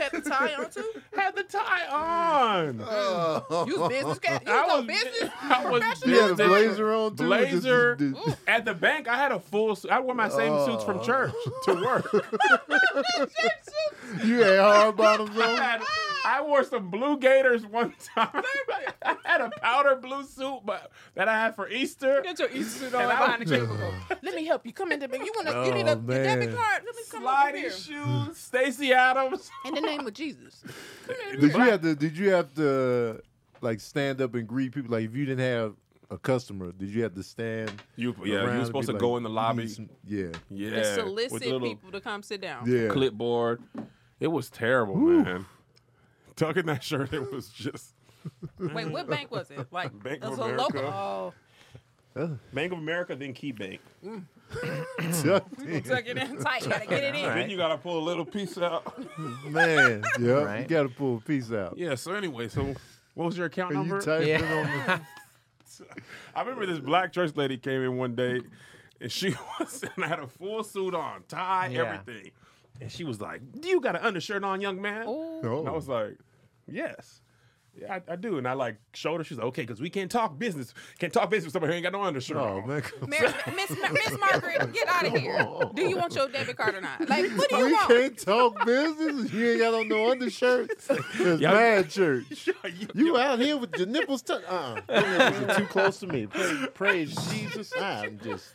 had the tie on too? Had the tie on. Oh. You was business cat? You I was on was- business? I was You had professional? a business. blazer on too. This is- Blazer this- at the bank. I had a full. su- I wore my same suits Oh. from church to work. You had hard bottoms I, on. had- I wore some blue gators one time. I had a powder blue suit, but that I had for Easter. Get your Easter suit And on I behind the cubicle. Let me help you. Come in there, baby. You want to? you need a Oh, your debit man. card? Let me come over Sliding here. shoes, Stacy Adams. In the name of Jesus. Did you have to? Did you have to like stand up and greet people? Like if you didn't have a customer, did you have to stand? You yeah, around you and were supposed to be like, go in the "Need lobby. some-" Yeah, Yeah, And with solicit the little people to come sit down. yeah. clipboard. It was terrible, man. Tucking that shirt, it was just Wait, what bank was it? Like Bank it was of a local. America. Oh, Bank of America, then Key Bank. tuck it in tight. Gotta get it in. Then you gotta pull a little piece out. Man, yeah, you Right. got to pull a piece out. yeah. So anyway, so what was your account And number? you typed Yeah. it on the, I remember this black church lady came in one day, and she was and had a full suit on, tie, Yeah. everything, and she was like, "Do you got an undershirt on, young man?" Ooh. oh. And I was like, "Yes." Yeah, I, I do, and I like showed her. She's like, "Okay, because we can't talk business. Can't talk business with somebody who ain't got no undershirt." oh on. man, come Mar- Miss, Miss Margaret, get out of here. Do you want your debit card or not? Like, what do on. you we want? Oh, can't talk business. if You ain't got on no undershirts. It's Y'all- mad church. you, You out here with your nipples tucked? Uh, uh your nipples are too close to me. Praise, praise Jesus. I'm just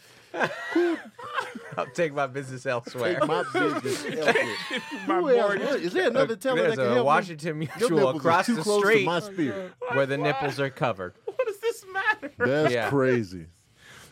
I'll take my business elsewhere. take my business. elsewhere. my Who else? mortgage. What- Is there another teller There's that can a help Washington me? Your Mutual nipples are across too the close street Oh, To my spirit. where the nipples are covered. What does this matter? That's Yeah. crazy.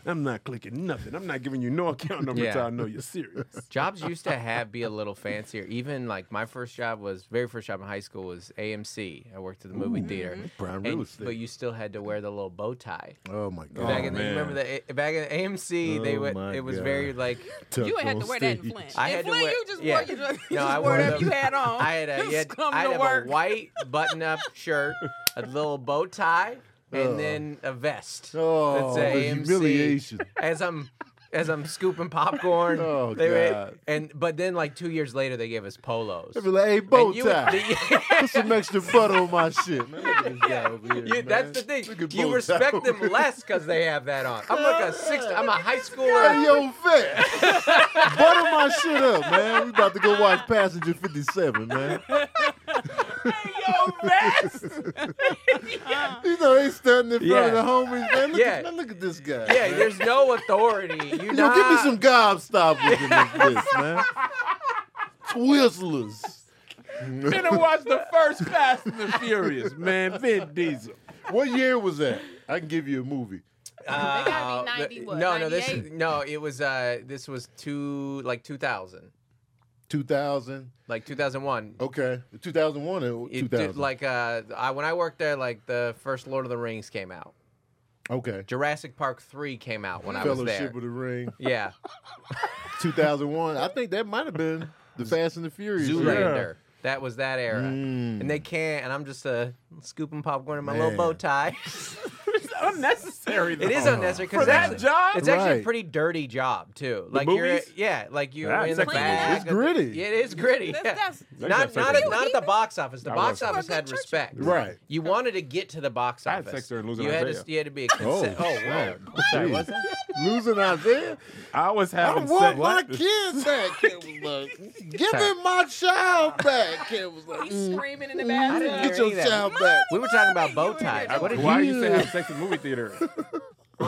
I'm not clicking nothing. I'm not giving you no account number Yeah. until I know you're serious. Jobs used to have be a little fancier. Even like my first job was very first job in high school was AMC. I worked at the movie theater. Prime And- Mm-hmm. real estate. but you still had to wear the little bow tie. oh my god. Back in the, you man. remember the eh, back in AMC, they Oh would my it was God. very like You Tucked ain't had on to wear that in stage. Flint. I in had to Flint, wear- you just yeah. wore, you just, you No, just I wore wore whatever the- you had on. I had a, Just you had- come I to had a work. white button up shirt, a little bow tie, and then a vest. Oh, that said the AMC. humiliation. As I'm as I'm scooping popcorn. Oh, they were- God. and but then like two years later they gave us polos. They be like, hey, And bow you would- tie. Put some extra butter on my shit, man. Look at this guy over here, You, man. that's the thing. Look at You bow respect tie. them less because they have that on. I'm like a six. I'm a high Hey, schooler. yo, fat. butter my shit up, man. We about to go watch Passenger 57, man. Yo, vest. You know they standing in front Yeah. of the homies, man. Look, Yeah. at, man, look at this guy. Yeah, there's no authority. You Yo, know, give me some gobstoppers in this, bitch, man. Twizzlers. Finna watch the first Fast and the Furious, man. Vin Diesel. What year was that? I can give you a movie. They gotta be 90, what, uh, no, no, this 98? no. It was uh, this was two like 2000, 2000. like 2001. Okay. 2001 or It 2000. did, like uh, I when I worked there, like the first Lord of the Rings came out. okay. Jurassic Park three came out when I was there. Fellowship of the Ring. yeah, 2001. I think that might have been The Fast and the Furious. year. Zoolander. That was that era, and they can't. And I'm just uh, scooping popcorn in my little Man. bow tie. It's unnecessary. Though. It is unnecessary For because that actually, job? it's actually a Right. pretty dirty job too. Like you're, movies? yeah, like you're Yeah, in it's the like- back. It's of the- gritty. Yeah, it is gritty. That's- yeah. that's- That's not not not at, sexy. not at the box office. The I box was- office had Church- respect. Right. You wanted to get to the box I had office. sex during Losing you had Isaiah. to, you had to be a consent. Oh, wow. wow. Sorry, what's that? Losing Isaiah? I was I having want sex. my kids back. It was like, give me my child back. It was like, "Mm, He's screaming in the Mm. I bathroom. didn't get your hear that. child back. We were talking about bow You were in ties. there What did Why I you? used to have sex in movie theater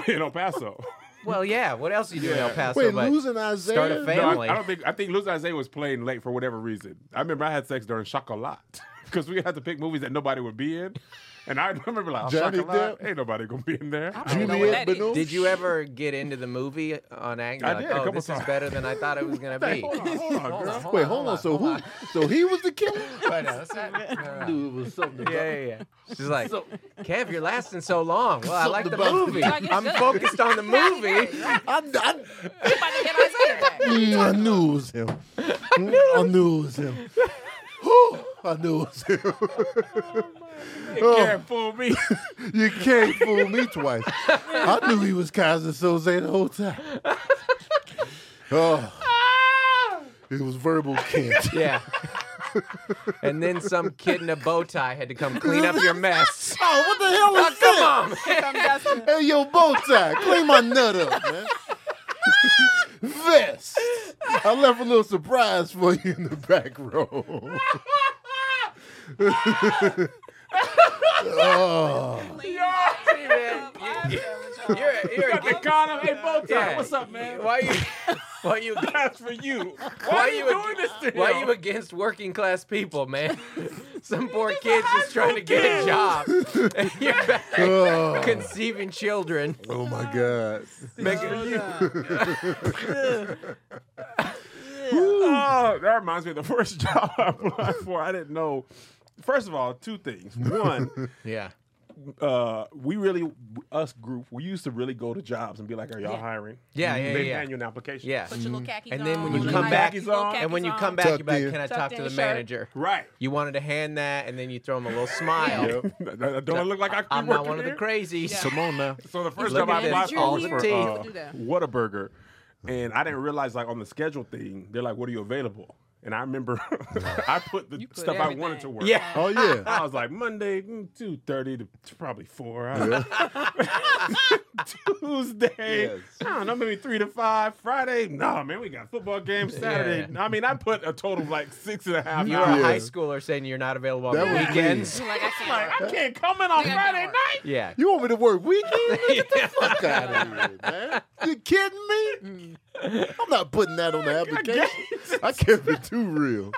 in El Paso? Well, yeah. What else you do in El Paso? Wait, but losing Isaiah? start a No, I- family. I, don't think. I think Luz Isaiah was playing late for whatever reason. I remember I had sex during Chocolat because we had to pick movies that nobody would be in, and I remember like oh, Johnny Chocolat Depp? ain't nobody gonna be in there. I don't know what Juliet that is. Binoche? Did you ever get into the movie on anger? I like, did a oh, couple this is times. better than I thought it was gonna be. Hold on, hold on, girl. Wait, hold on. So who? So he was the killer? Wait, no, that's not- no, no, no. Dude, it was something. about- Yeah, yeah, yeah. She's like, Kev, you're lasting so long. Well, I like the Something about- movie. Like, it's I'm good. focused on the movie. I'm, I, You about to get Isaiah back. mm, I knew it was him. Mm, I knew it was him. Whew, I knew it was him. Oh, You can't fool me. You can't fool me twice. I knew he was Kaiser Soze the whole time. Ah! Oh, it was verbal kid. Yeah. and then some kid in a bow tie had to come clean up your mess. Oh, what the hell is Come that? on, man. Some dust- Hey, yo, bow tie, clean my nut up, man. Vest. I left a little surprise for you in the back row. oh, You're, you're Got the condom. Hey, bow tie. Yeah. What's up, man? Why you? Why you? That's for you. Why, Why are you you doing this to Why him? you against working class people, man? Some poor kid's just trying to get a job. And you're back oh. conceiving children. Oh, my God. Make it Hold you. on. Oh, that reminds me of the first job I applied for. I didn't know. First of all, two things. One, Yeah. uh, we really, us group, we used to really go to jobs and be like, "Are y'all Yeah. hiring?" Yeah, yeah, They yeah, yeah. manual an application. Yeah. Put your little khakis And then on, when you your come nice back- little And And when you khakis come on. back, Tucked you're like, in. can I Tucked talk in to the your shirt. manager? Right. You wanted to hand that, and then you throw him a little smile. Yeah. Don't I look like I could be I'm not working one of the here? crazies. Yeah. Come on now. So the first Look time I at this applied for was all for teeth. uh, Do that. Whataburger, and I didn't realize like on the schedule thing, they're like, "What are you available?" And I remember I put the You put stuff I wanted everything. to work. Yeah. Oh, yeah. I was like Monday, mm, two thirty to probably four. I don't know. Tuesday, Yes. I don't know, maybe three to five. Friday, no man, we got football game Saturday. Yeah. I mean, I put a total of like six and a half You hours. are a Yeah. high schooler saying you're not available on That was the weekends. Like, I It's can't Like work. I can't come in on Yeah, I Friday can't work. night. Yeah. You want me to work weekend? Yeah. Fuck out of here, man. You kidding me? I'm not putting that on the application. I kept it too real.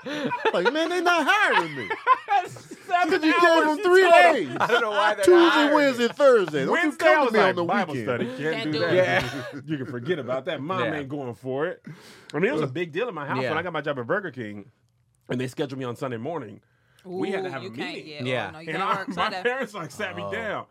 Like, man, they not hiring me. Because you gave them three days. I don't know why that. Tuesday, Wednesday, Thursday. Don't you Wednesday, I come was to me like, on the Bible weekend. study. Can't, Can't do, do that. it. you can forget about that. Mom Yeah. ain't going for it. I mean, it was a big deal in my house Yeah. when I got my job at Burger King, and they scheduled me on Sunday morning. We had to Ooh, have a you can't- meeting. Yeah. Yeah. Oh, no, you and can't I- work my Sunday. parents like sat me down. Ma-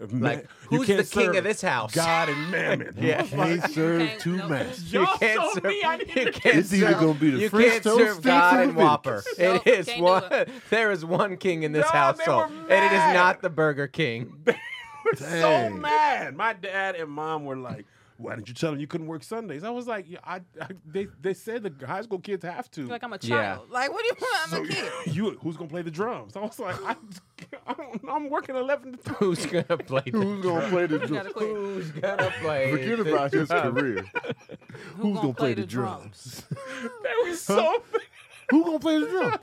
Oh. Like, you who's the can't king serve of this house? God and mammon. I Yeah. was like, Can't serve can't- two no. masters. You Y'all can't showed serve, me I you didn't. can't It's either serve- gonna be the you French can't toast serve sticks God or and the Whopper. Nope, It is can't do one. it. There is one king in this Nah, they were household, and it is mad. not the Burger King. so Dang. mad. My dad and mom were like, "Why didn't you tell them you couldn't work Sundays?" I was like, yeah, I, I, "They they said the high school kids have to." Like I'm a Yeah. child. Like what do you want? I'm a kid. you who's gonna play the drums? I was like, I, I don't know. I'm working eleven to three. Who's gonna play? The, Who's gonna play the You gotta drums? quit. who's gonna play? Forget the about his drum? career. Who's gonna play the drums? They were so Who gonna play the drum?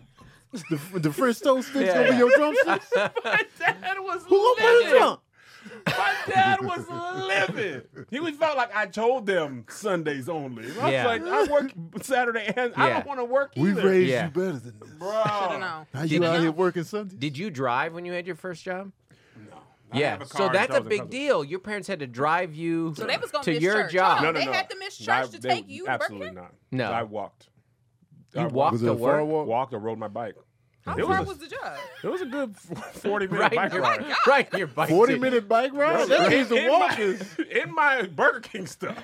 The, the French toast sticks Yeah, gonna yeah. be your drumsticks? my dad was Who gonna play the livid. drum? My dad was livid. He was felt like I told them Sundays only. I was Yeah. like, I work Saturday and I Yeah. don't want to work We either. raised Yeah. you better than this. Bro. I don't know. How you out know? here working Sunday? Did you drive when you had your first job? I yeah. have a car so and that's a travels in big public. deal. Your parents had to drive you So they was gonna to miss your church, job. huh? No, no, Oh, They no. had to miss church to they- take you to Burger Absolutely King? not. No. I walked. You I walked Was it to a far work. walk? Walked or rode my bike. How It was far a- was the job? It was a good forty minute Right, Oh bike in Oh your, ride. right in your bike. 40 seat. minute bike Bro, ride? that That in- means the in walk my- is. in my Burger King stuff.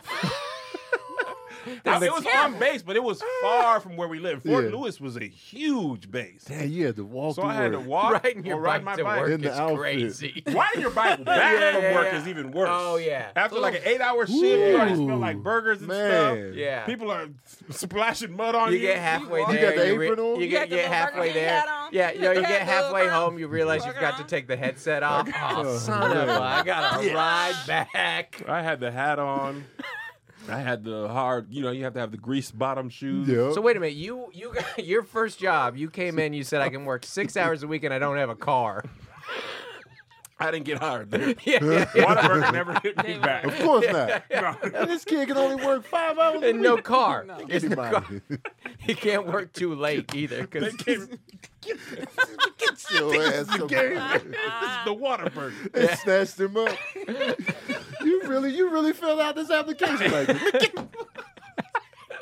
That's it was on terrible. base, but it was far from where we lived. Fort Yeah. Lewis was a huge base, Damn, you had to walk so through I had to work. walk Riding your or ride bike my to bike. work In the is outfit. crazy. Riding your bike back Yeah, from yeah, work yeah. is even worse. Oh, yeah. After like an Ooh. eight-hour shift, you already smell like Ooh, burgers and man. stuff. Yeah. people are s- splashing mud on you. You get halfway walk- there. You got the re- apron on? You You get, got the get little halfway Burger King there. hat on? Yeah, you know, you You get got the little halfway Burger home, you realize you've Burger got to on? take the headset off. Oh, on. son of a! I gotta ride back. I had the hat on. I had the hard. You know, you have to have the grease bottom shoes. Yeah. So wait a minute. You you got your first job. You came in. You said I can work six hours a week and I don't have a car. I didn't get hired there. Yeah, yeah, yeah. Whataburger never hit me back. of course not. No. And this kid can only work five hours a and no week. car. No. There's no Anybody. car. You can't work too late either. They Cause came, Get your ass up. this is the water burger. They snatched him up. you really, you really filled out this application like this.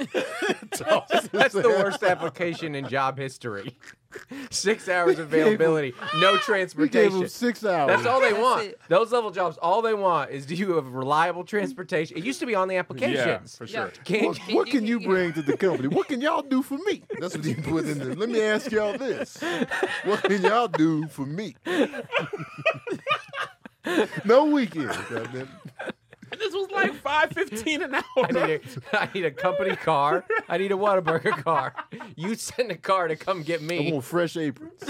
that's the worst application in job history. Six hours availability, no We gave him transportation. six hours. That's all they That's want. it. Those level jobs, all they want is do you have reliable transportation? It used to be on the Yeah, applications. for sure. Can't What, what can you bring to the company? What can y'all do for me? That's what you put in there. Let me ask y'all this: What can y'all do for me? no weekend. goddamn. And this was like like five fifteen an hour. I need, a, I need a company car. I need a Whataburger car. You send a car to come get I me. want fresh aprons.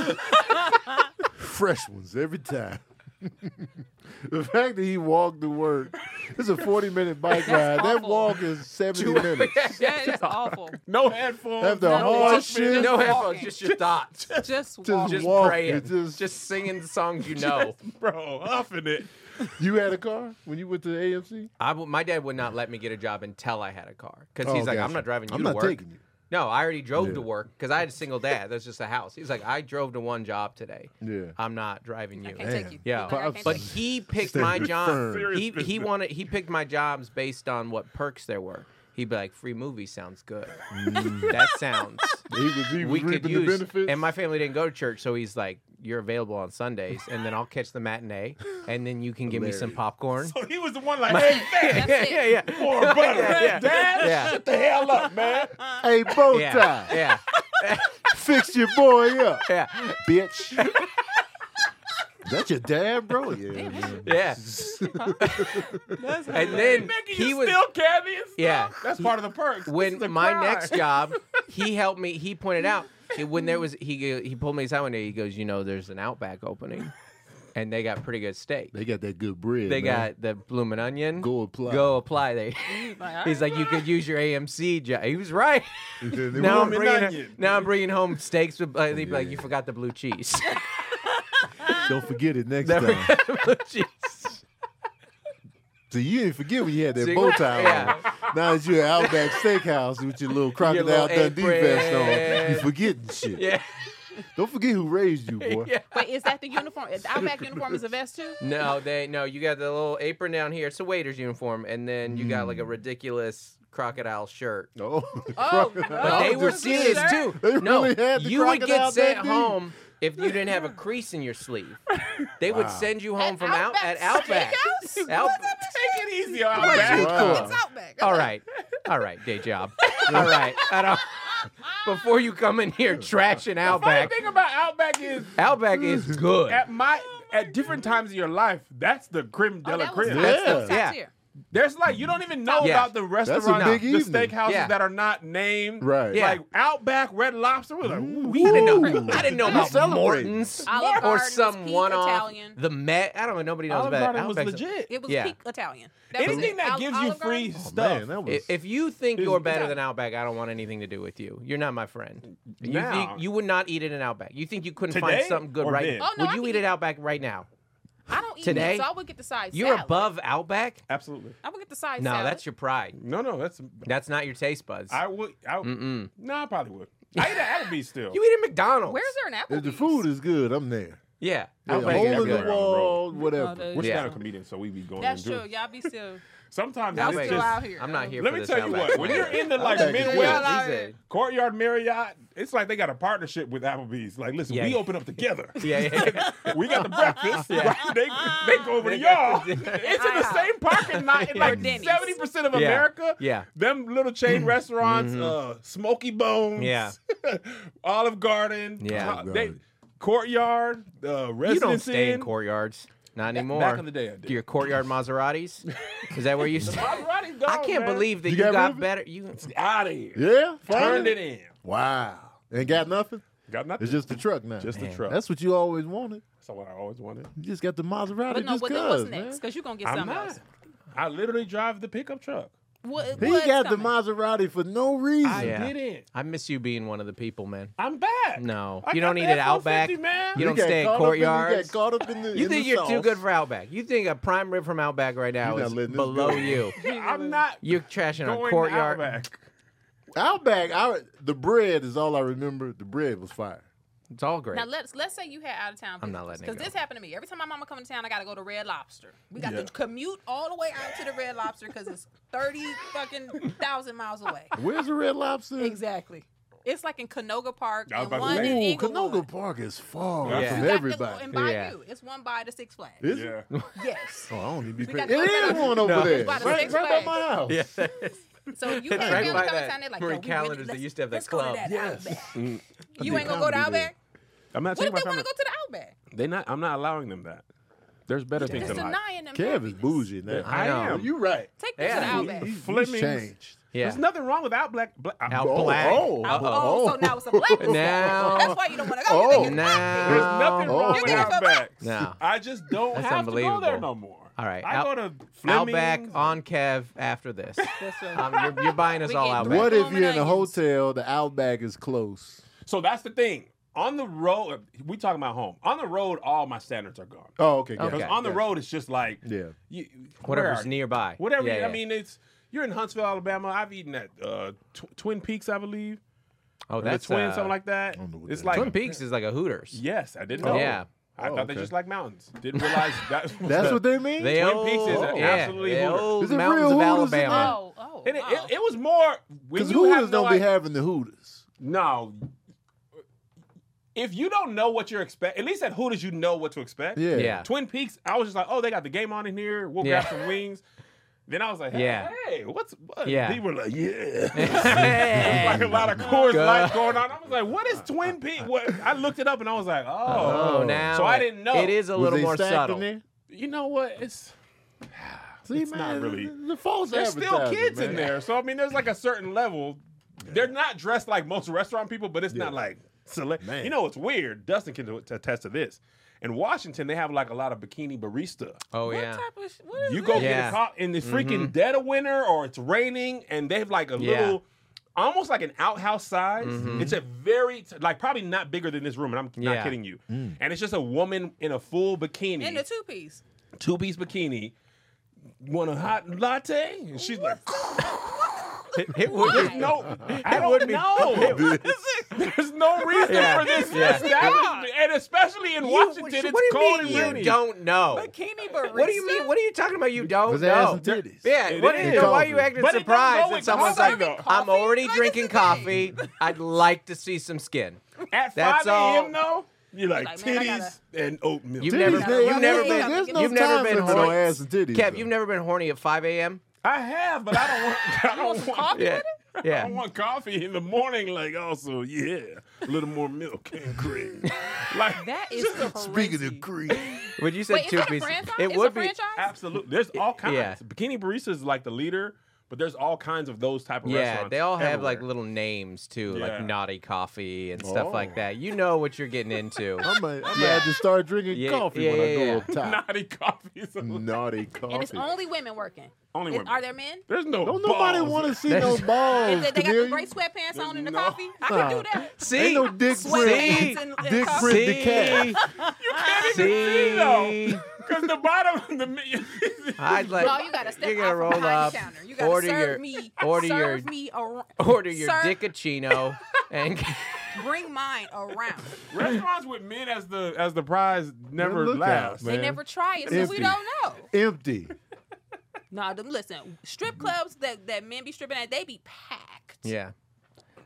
fresh ones every time. the fact that he walked to work, it's a 40 minute bike ride. That awful. walk is 70 minutes. That is awful. no headphones. Have the no hard just- shit. No headphones, just your thoughts. Just walk. Just Just walk. praying. It just- Just, singing the songs you know. bro, huffing it. You had a car when you went to the AMC? I w- my dad would not let me get a job until I had a car. Because Oh, he's like, gotcha. I'm not driving you I'm to not work. taking you. No, I already drove Yeah. to work because I had a single dad. That's just a house. He's like, I drove to one job today. Yeah. I'm not driving you. Can't take you. Yeah, Like, I can't but take you. he picked Stay my with job. firm. He he wanted he picked my jobs based on what perks there were. He'd be like, "Free movie sounds good. that sounds He was, he was we reaping could the use." benefits. And my family didn't go to church, so he's like, "You're available on Sundays, and then I'll catch the matinee, and then you can give me some Hilarious. popcorn." So he was the one like, hey, yeah, That's yeah, it. yeah, yeah, more butter. Yeah. Dad, Yeah. shut the hell up, man. hey, bow yeah, tie. yeah, Fix your boy up, yeah, bitch. That's your dad, bro? Yeah. man. yeah. And then Nigga, he you was still candy and stuff. Yeah. That's part of the perks. This is a when my crime. next job, he helped me. He pointed out when there was he go- he pulled me aside one day. He goes, you know, there's an Outback opening, and they got pretty good steak. They got that good bread. They man. got the blooming onion. Go apply. Go apply there. Like, He's like, you could use your AMC job. He was right. They now I'm Blooming bringing onion. now I'm bringing home steaks with. Uh, they'd be like, you forgot the blue cheese. Don't forget it next They time. forgot the blue cheese. So you didn't forget when you had that See, bow tie yeah. on. Now that you're at Outback Steakhouse with your little crocodile little Dundee vest on, you apron. forgetting shit. Yeah. Don't forget who raised you, boy. Yeah. Wait, is that the uniform? The Outback uniform is a vest too? No, they no. You got the little apron down here. It's a waiter's uniform, and then you got like Mm. a ridiculous crocodile shirt. Oh, Oh, But Oh, they were just serious the too. shirt? They no, really had the you would crocodile get sent Dundee. home if you didn't have a crease in your sleeve. They would send you home At from out at Outback. Steakhouse? Out- What's up? Take it easy on Wow. that. It's Outback. all right, all right, day job. All right, I don't. Before you come in here trashing Funny Outback, thing about Outback is Outback is good. at my at different times of your life, that's the creme de Oh, la that was creme. top Yeah. tier, top Yeah. tier. There's like you don't even know Yeah. about the restaurants, big the evening. steakhouses Yeah. that are not named. Right. Yeah. Like Outback, Red Lobster. We're like, ooh, I didn't Ooh. know. I didn't know You about celebrate. Morton's Olive or Garden's some peak one-off. Italian. The Met. I don't know. Nobody knows Olive about Garden was Outback's- legit. It was Yeah. peak Italian. That was Anything it. that Ol- gives you Olive Garden? free Oh, stuff. man, that I- was. If you think It's you're better good. than Outback, I don't want anything to do with you. You're not my friend. You, Now. think- you would not eat at an Outback. You think you couldn't find Today something good or right then? Oh, no, Would I you can eat at eat- Outback right now? I don't eat Today? meat, so I would get the side You're salad. above Outback? Absolutely. I would get the side No, salad. that's your pride. No, no, that's That's not your taste buds. I would I no, I probably would. I eat at Applebee's still. Mm. you eat at McDonald's. Where's there an Applebee's? if the food is good, I'm there. Yeah. Yeah, Outback hole is in the good. everywhere. wall, Oh, whatever. the- We're Yeah. stand-up comedians, so we be going That's and do true. Y'all be still. Sometimes Outback it's is Outback is- out just here. I'm not here Let for me this tell you Outback what, when crap. you're in the, like, Outback is Midwest- good. Y'all out These here. are- Courtyard Marriott, it's like they got a partnership with Applebee's. Like, listen, Yeah. we open up together. Yeah, yeah. We got the breakfast. right? They, they go over to y'all. It's in the Yeah. same parking lot in like Denny's. seventy percent of Yeah. America. Yeah. Mm-hmm. them little chain restaurants, uh, Smoky Bones, Yeah. Olive Garden, Yeah. uh, they- Garden. Courtyard, uh, you don't Residence stay in Inn. courtyards. Not anymore. Back in the day, I did. Your courtyard Maseratis? Is that where you stay? Maserati's I gone, can't man. believe that You you, got rid of got it? better. You out of here. Yeah, Turned finally? it in. Wow, ain't got nothing. Got nothing. It's just the truck now. Just the Man, truck. That's, That's what you always wanted. what I always wanted. You just got the Maserati But no, just what, cause, what's next? Because you're going to get I'm something not. else. I literally drive the pickup truck. What, man. what's He got the coming? Maserati for no reason. I Yeah. didn't. I miss you being one of the people, man. I'm back. No. I You got don't the eat at F-150, Outback. Man. You You don't got stay at caught up in- You courtyards. got caught up in the. You in think the you're too sauce. good for Outback. You think a prime rib from Outback right now You're not is letting this below go. you. I'm not You're trashing going our to courtyard. Outback. Outback, I, the bread is all I remember. The bread was fire. It's all great. Now let's let's say you had out of town. I'm not letting it because go. this happened to me. Every time my mama come to town, I gotta go to Red Lobster. We got Yeah. to commute all the way out to the Red Lobster because it's thirty fucking thousand miles away. Where's the Red Lobster? Exactly. It's like in Canoga Park I was and about to one say. in Ooh, Inglewood. Canoga Park is far Yeah. from You got The, everybody. and by Yeah. you, it's one by the Six Flags. Is it? Yeah. yes. Oh, I don't even be We paying. got It is Canoga- one over No. there. It's by the Right, Six right by my Flags. house. yeah. So you It's had right family by coming that down there like Marie yo, we Callender's really, that let's- used to have that let's go club. that Yes. Outback. did You ain't gonna go to comedy there. Outback. I'm not What taking if they my want family. to go to the Outback? They not. I'm not allowing them that. There's better things It's in life. denying them. Kev is happiness. bougie now. I know. am. You right. Take this Yeah. to the Outback. He's, Flemings. he's changed. Yeah. There's nothing wrong with out black. black Out Oh, black. oh, Oh, oh. so now it's a black person. Now- Oh, That's why you don't want to go. You think it's black now- There's nothing Oh. wrong You with think it's a Outbacks. No. I just don't That's have to go there unbelievable. no more. All right, I out- go to Flemings. Outback on Kev after this. Um, you're, you're buying us We all get Outback. What if Roman you're in a onions. hotel, the Outback is close? So that's the thing. On the road, we talking about home. On the road, all my standards are gone. Oh, okay. Okay. Got Because it. on the Yeah. road, it's just like Yeah. you, where Whatever's are- nearby. Whatever. Yeah, you- yeah. I mean, it's you're in Huntsville, Alabama. I've eaten at uh, tw- Twin Peaks, I believe. oh, The that's Twin, uh, something like that. don't know what It's that like is. Twin Peaks is like a Hooters. Yes, I didn't Oh. know. Yeah. I Oh, thought they okay. just like mountains. Didn't realize that. That's what they mean? They Twin old, Peaks is yeah, absolutely the Hooters. old Is it mountains real of Hooters in Alabama. Oh, oh, It, it, oh. it was more when Because you Hooters have no don't be idea- having the Hooters. No. If you don't know what you're expect, at least at Hooters you know what to expect. Yeah. Yeah. Twin Peaks, I was just like, oh, they got the game on in here. We'll Yeah. grab some wings. Then I was like, hey, Yeah. hey what's what? Yeah. People were like, yeah. Hey. like a lot of Coors Go. Light going on. I was like, what is Twin Peaks? What? I looked it up and I was like, oh. Oh, now So I it- didn't know. It is a Was little they more stacked in subtle. there? You know what? It's See, It's not man, really- the- The false There's still advertising, kids in man. there. So I mean, there's like a certain level. They're not dressed like most restaurant people, but it's not Yeah. like select. Man. You know what's weird? Dustin can do- attest to this. In Washington, they have like a lot of bikini barista. Oh What yeah. type of sh- what is You go this? get Yeah. Mm-hmm. a cop in the freaking dead of winter, or it's raining, and they have like a Yeah. Mm-hmm. little, almost like an outhouse size. It's a very like probably not bigger than this room, and I'm Yeah. not kidding you. And it's just a woman in a full bikini in the two piece. two piece bikini. Want a hot latte? And she's like, It, it would there's be. no, I don't know. There's no reason Yeah. for this Yeah. establishment, and especially in Washington, You- it's what do you cold mean and you rainy. don't know. Bikini barista. What do you mean? What are you talking about? You don't Was they know. having titties? Yeah. It What is. is, why are you Coffee. acting But it doesn't go surprised with that someone's like, coffee. "I'm already Like, drinking it's a thing. coffee. I'd like to see some skin." At That's 5 a.m. all. though, you're like, Like, man, I titties gotta- and oatmeal. You've Titties, never, man, you've y'all never know been, there's no you've never time been limit on horny. ass and titties, Kev, though. you've never been horny at 5 a.m. I have, but I don't want. I don't want. coffee? Yeah, I yeah. don't want coffee in the morning. Like also, yeah, a little more milk and cream. Like That is Speaking crazy. of greed. When you said Wait, is two that a pieces, franchise? it It's would a be. franchise? Absolutely. There's all kinds. yeah. Bikini Barista is like the leader, but there's all kinds of those type of Yeah, restaurants. they all have like everywhere. little names too, Yeah. like Naughty Coffee and stuff Oh. like that. You know what you're getting into. I might, I might have to start drinking Yeah, coffee yeah, when I go yeah, up top. naughty coffees. Naughty coffee. And it's only women working. Only Is- women. Are there men? There's no. Don't Oh, nobody balls. want to see no If balls. they, they got the Cornelia. gray sweatpants on and the No. coffee, I could do that. See, Ain't no dick Sweatpants See? print. and, and Dick coffee. print. see, Print You can't even see See? though, because the bottom, the mi- I'd like. No, you gotta step you're out gonna from roll behind up. the counter. You gotta order serve your me. order serve your- me around. order your serve, dickachino and Bring mine around. restaurants with men as the as the prize never look last. out, They Man, never try it, so we empty. don't know. Empty. Nah, them, listen, strip clubs that, that men be stripping at, they be packed. yeah.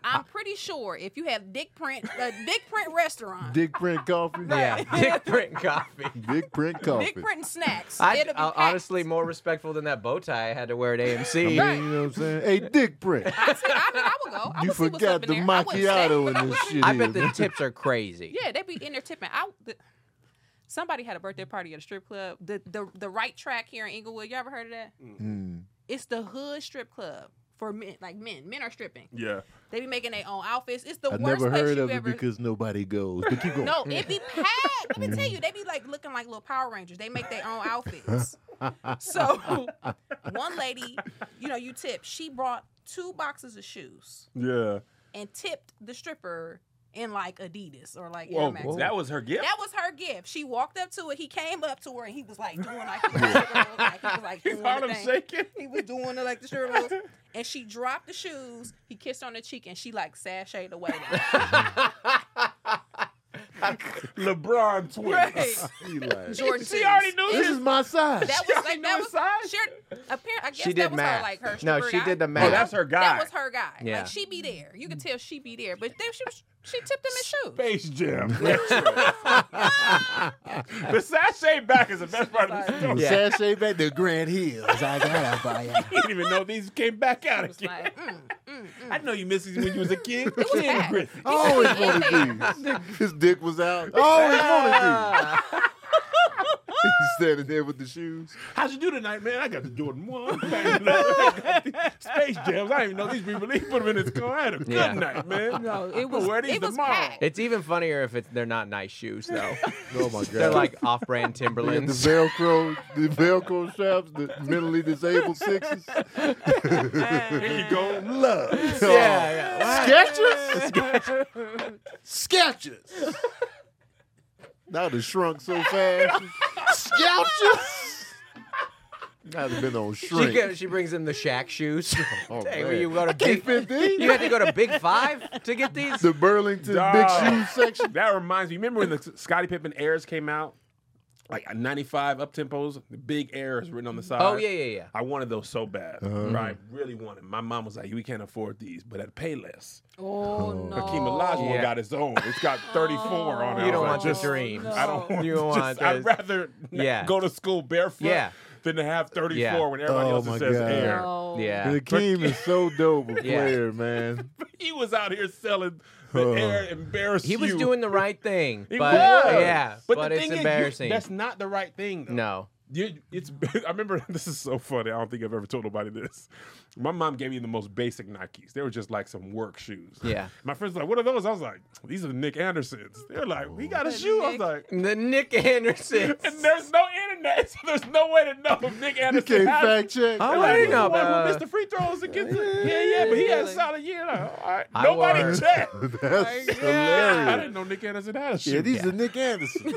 I'm pretty sure if you have dick print, a dick print restaurant, dick, Dick print coffee. Yeah, dick print coffee. Dick print coffee. print and snacks, I, it'll be I packed. honestly more respectful than that bow tie I had to wear at You AMC. Right. know what I'm saying? Hey, dick print. I, said, I mean, I would go. I You would see what's up forgot in the there. I wouldn't stay, macchiato but I and this wouldn't- shit. I bet the is. tips are crazy. Yeah, they be in there tipping. I the, somebody had a birthday party at a strip club. The the the right track here in Inglewood. You ever heard of that? Mm. It's the hood strip club for men. Like men, men are stripping. Yeah. They be making their own outfits. It's the I worst never place heard you of it ever. because nobody goes. But keep going. no, it be packed. Let me tell you, they be like looking like little Power Rangers. They make their own outfits. so, one lady, you know, you tip. She brought two boxes of shoes Yeah. and tipped the stripper in like Adidas or like Air Whoa, Max. that was her gift. That was her gift. She walked up to it. He came up to her and he was like doing like, he was like, he was, like His doing the arm thing. shaking. He was doing it like the shirt was. And she dropped the shoes. He kissed her on the cheek and she like sashayed away. LeBron twins. right. He like, Jordan She already twos. knew this this. is my size. That She was already like knew that his was size? she, apparent, I guess She that was did her math. like her No, stripper she guy. did the oh, math. that's her guy. That was her guy. Yeah. Like she be there. You could tell she be there. But then she was she tipped him his shoes. Space Jam. the sachet back is the best part of this story. Yeah. Sashay back to Grand Hills. I gotta buy it. I didn't even know these came back out It's again. like, mm, I know you missed these when you was a kid. was Ken bad. Griffey. I always wanted these. His dick was out. I always wanted these. He's standing there with the shoes. How'd you do tonight, man? I got the Jordan 1. Bang, bang, I got the Space Jams. I didn't even know these people. He put them in his car. I had a good Yeah. night, man. No, it I'm gonna was- wear these it was tomorrow. packed. It's even funnier if it's they're not nice shoes though. Oh my god. They're like off-brand They got the Timberlands. Velcro, the Velcro straps, the mentally disabled sixes. Here you go. Love. yeah, yeah. Sketches? Sketches. That would have shrunk so fast. Sketches? I'd have been on She, shrink. go- she brings him the Shaq shoes. Oh, man. Hey, well, you go to I can't big, fit these. you had to go to Big Five to get these. The Burlington Dog. big shoe section. That reminds me. Remember when the Scottie Pippen airs came out? Like 95 up tempos, the big air is written on the side. Oh yeah, yeah, yeah. I wanted those so bad. Uh-huh. Right, really wanted. 'em. My mom was like, "We can't afford these," but at Payless, Oh no. Hakeem Olajuwon Yeah. got his own. It's got 34 on it. You don't I was want the like, just, dreams. no. I don't want. You don't just- want I'd this. rather yeah. Yeah. go to school barefoot Yeah. than to have 34 Yeah. when everybody Oh, else my says God. air. No. Yeah. Hakeem is so dope a Yeah. player, man. He was out here selling the Oh. air embarrassed He was you. doing the right thing, He but was. yeah, but, but, the it's thing is, you- embarrassing. that's not the right thing. Though. no, You, it's. I remember this is so funny. I don't think I've ever told nobody this. My mom gave me the most basic Nikes. They were just like some work shoes. Yeah. My friends were like, what are those? I was like, these are Nick Andersons. They're like, we got a The shoe. I was Nick- like, the Nick Anderson. and there's no internet, so there's no way to know if Nick You Anderson. can't had- fact check. Oh, I They're like, didn't he's know the one who about- missed the free throws against. The, yeah, yeah, but he had a Really? solid year. Like, all right. I Nobody wore- checked. That's Like, I hilarious. didn't know Nick Anderson had a shoe. Yeah, these are Nick Anderson.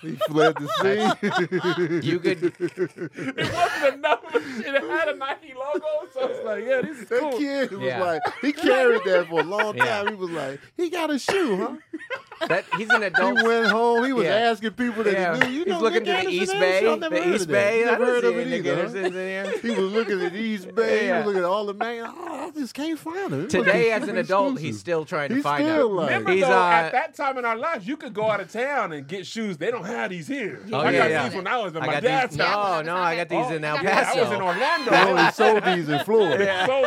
he fled the scene. You could It wasn't enough. It had a Nike logo, so it's like, yeah, this is That cool. kid was Yeah. like, he carried that for a long Yeah. time. He was like, he got a shoe, huh? that he's an He adult. went home. He was Yeah. asking people that Yeah. he knew. You he's know looking Nick to the Anderson East ain't Bay, shit? I never the heard East of that. Bay. You I Never don't heard see of it any Nick either. huh? Andersons in here. He was looking at East Bay. Yeah. He was looking at all the man. Oh, I just can't find him. He Today, must as be an adult, exclusive. he's still trying to He's find still out. like- Remember He's, though, at uh, that time in our lives, you could go out of town and get shoes. They don't have these here. Yeah. Oh, I yeah, got yeah. these when I was in I my got dad's these. house. Oh, No, no, I got these in El Oh, Yeah, Yeah, I was Paso. in Orlando. They only sold these in Florida. Yeah. So-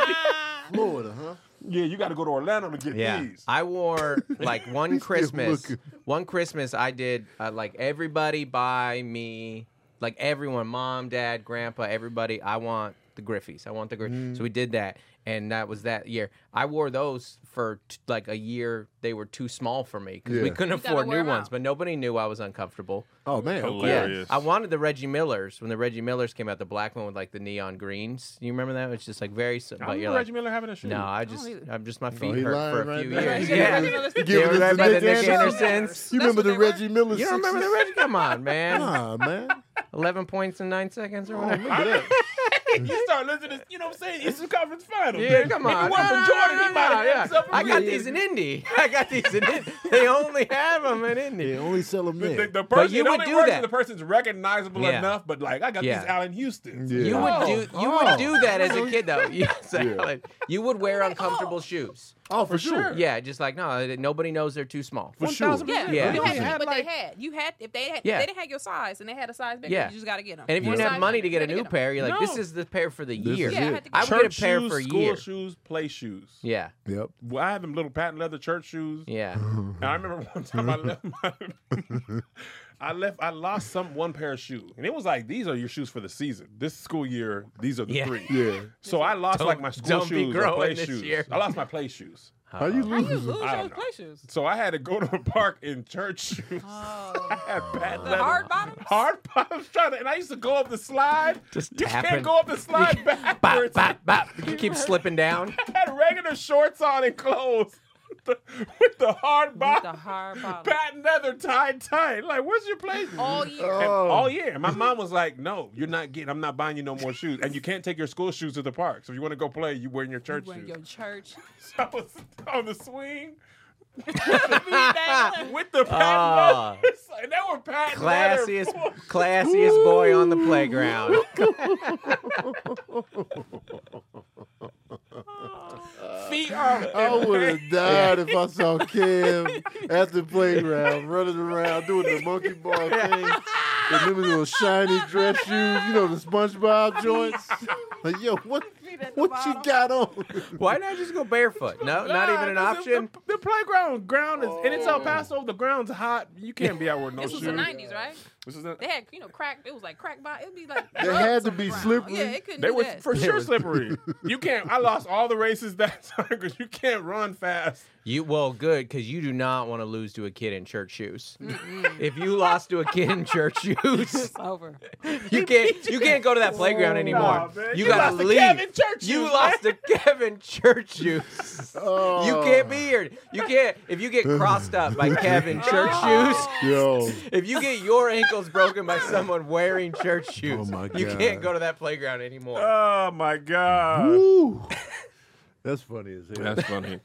Florida, huh? yeah, you got to go to Orlando to get Yeah, these. I wore like one still Christmas. looking. One Christmas, I did uh, like everybody buy me, like everyone, mom, dad, grandpa, everybody. I want the Griffies. I want the Griffey. So we did that, and that was that year. I wore those for t- like a year. They were too small for me because we Yeah. couldn't You gotta afford wear new 'em ones. out. But nobody knew I was uncomfortable. Oh man, okay. Yeah, Hilarious. I wanted the Reggie Millers when the Reggie Millers came out, the black one with like the neon greens. You remember that? It's just like very. I sim- But remember you're like, Reggie Miller having a shoe. no, I just, either. I'm just my Oh, feet he hurt lying for a right few now. years. Yeah. Yeah, You Give remember us by the the Nick Nick Andersons? You remember the Reggie Miller? You don't remember the 60s? Reggie? Come on, man. Nah, man. Eleven points in nine seconds or whatever. I remember- you start listening. To, you know what I'm saying? It's the conference final. yeah, man. come If on. it weren't No, for no, Jordan, no, he might no, have yeah. himself a I got ring. these in Indy. I got these in Indy. They only have them in Indy. They only sell them The, there. the person, you it would only do works that. when The person's recognizable Yeah. enough, but like I got Yeah. these Allen Houston. Yeah. You Oh, would do you oh. would do that as a kid though. Yes, Alan. You would wear uncomfortable shoes. oh, for sure. Yeah, just like no, nobody knows they're too small. For sure. 1,000%. Yeah, Yeah. You Yeah. had, Had but like- they had. You had if they had Yeah. if they didn't have your size and they had a size bigger. Yeah. You just got to get them. And if you One didn't size have money to bigger, get a you new gotta 'em. pair, you're like, No. this is the pair for the This year. is Yeah, I it. had to I get would get a Church pair shoes, for a school year. shoes, play shoes. Yeah, Yep. Well, I have them little patent leather church shoes. yeah. And I remember one time I left my, I left, I lost some one pair of shoes, and it was like these are your shoes for the season. This school year, these are the Yeah. three. Yeah. So I lost Don't- like my school don't be shoes, or growing play this shoes. year. I lost my play shoes. How How you Uh-huh. you lose lose? those I don't know. play shoes? So I had to go to the park in church shoes. I Oh, had patent the leather. hard bottoms. Hard bottoms trying to, and I used to go up the slide. Just you tapping. can't go up the slide Bop, backwards. bop, bop. You keep slipping down. I had regular shorts on and clothes with the, with the hard With the bottom, hard bottoms. patent leather tied tight. Like, where's your place? All year. And Oh. all year. My mom was like, "No, you're not getting. I'm not buying you no more shoes, and you can't take your school shoes to the park. So if you want to go play, you wearing your church You went shoes." your church. So I was on the swing Dang. with the patent Ah. leathers, and they were patent leather. Classiest, classiest boy on the playground. feet are. I would have died if I saw Kim at the playground running around doing the monkey ball thing. And them little shiny dress shoes, you know, the SpongeBob joints. Like, yo, what? feet at the What bottom. you got on? Why not just go barefoot? No, not even an Nah, 'cause the- option. The, the playground ground is, and it's El Paso. The ground's hot. You can't be out with Oh. no This shoes. was the nineties, right? This is the- They had you know crack. It was like crack by. It'd be like They drugs had to on be the ground. slippery. Yeah, it couldn't. They do were that. for sure slippery. You can't. I lost all the races that time because you can't run fast. You well, good because you do not want to lose to a kid in church shoes. if you lost to a kid in church shoes, It's over. you can't you can't go to that playground Nah, anymore. man. you, You gotta lost to leave. Kevin church you shoes, lost to Kevin church shoes. Oh. You can't be here. You can't if you get crossed up by Kevin church Oh. shoes. Oh. Yo, If you get your ankles broken by someone wearing church shoes, Oh my you God. Uh, can't go to that playground anymore. Oh my god. woo. That's funny as hell. That's funny.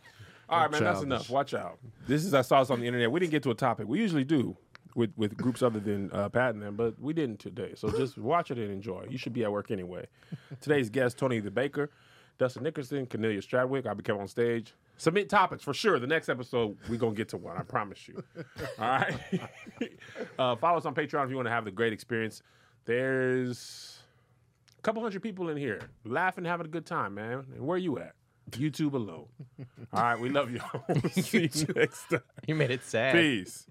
All right, man, that's Childish. enough. Watch out. This is I saw this on the internet. We didn't get to a topic. We usually do with with groups other than uh, Pat and them, but we didn't today. So just watch it and enjoy. You should be at work anyway. Today's guest: Tony the Baker, Dustin Nickerson, Cornelia Stradwick. I became on stage. Submit topics for sure. The next episode we're gonna get to one. I promise you. All right. uh, follow us on Patreon if you want to have the great experience. There's a couple hundred people in here laughing, having a good time, man. And where you at? YouTube alone. All right, we love y'all. We'll See you next time. You made it sad. Peace.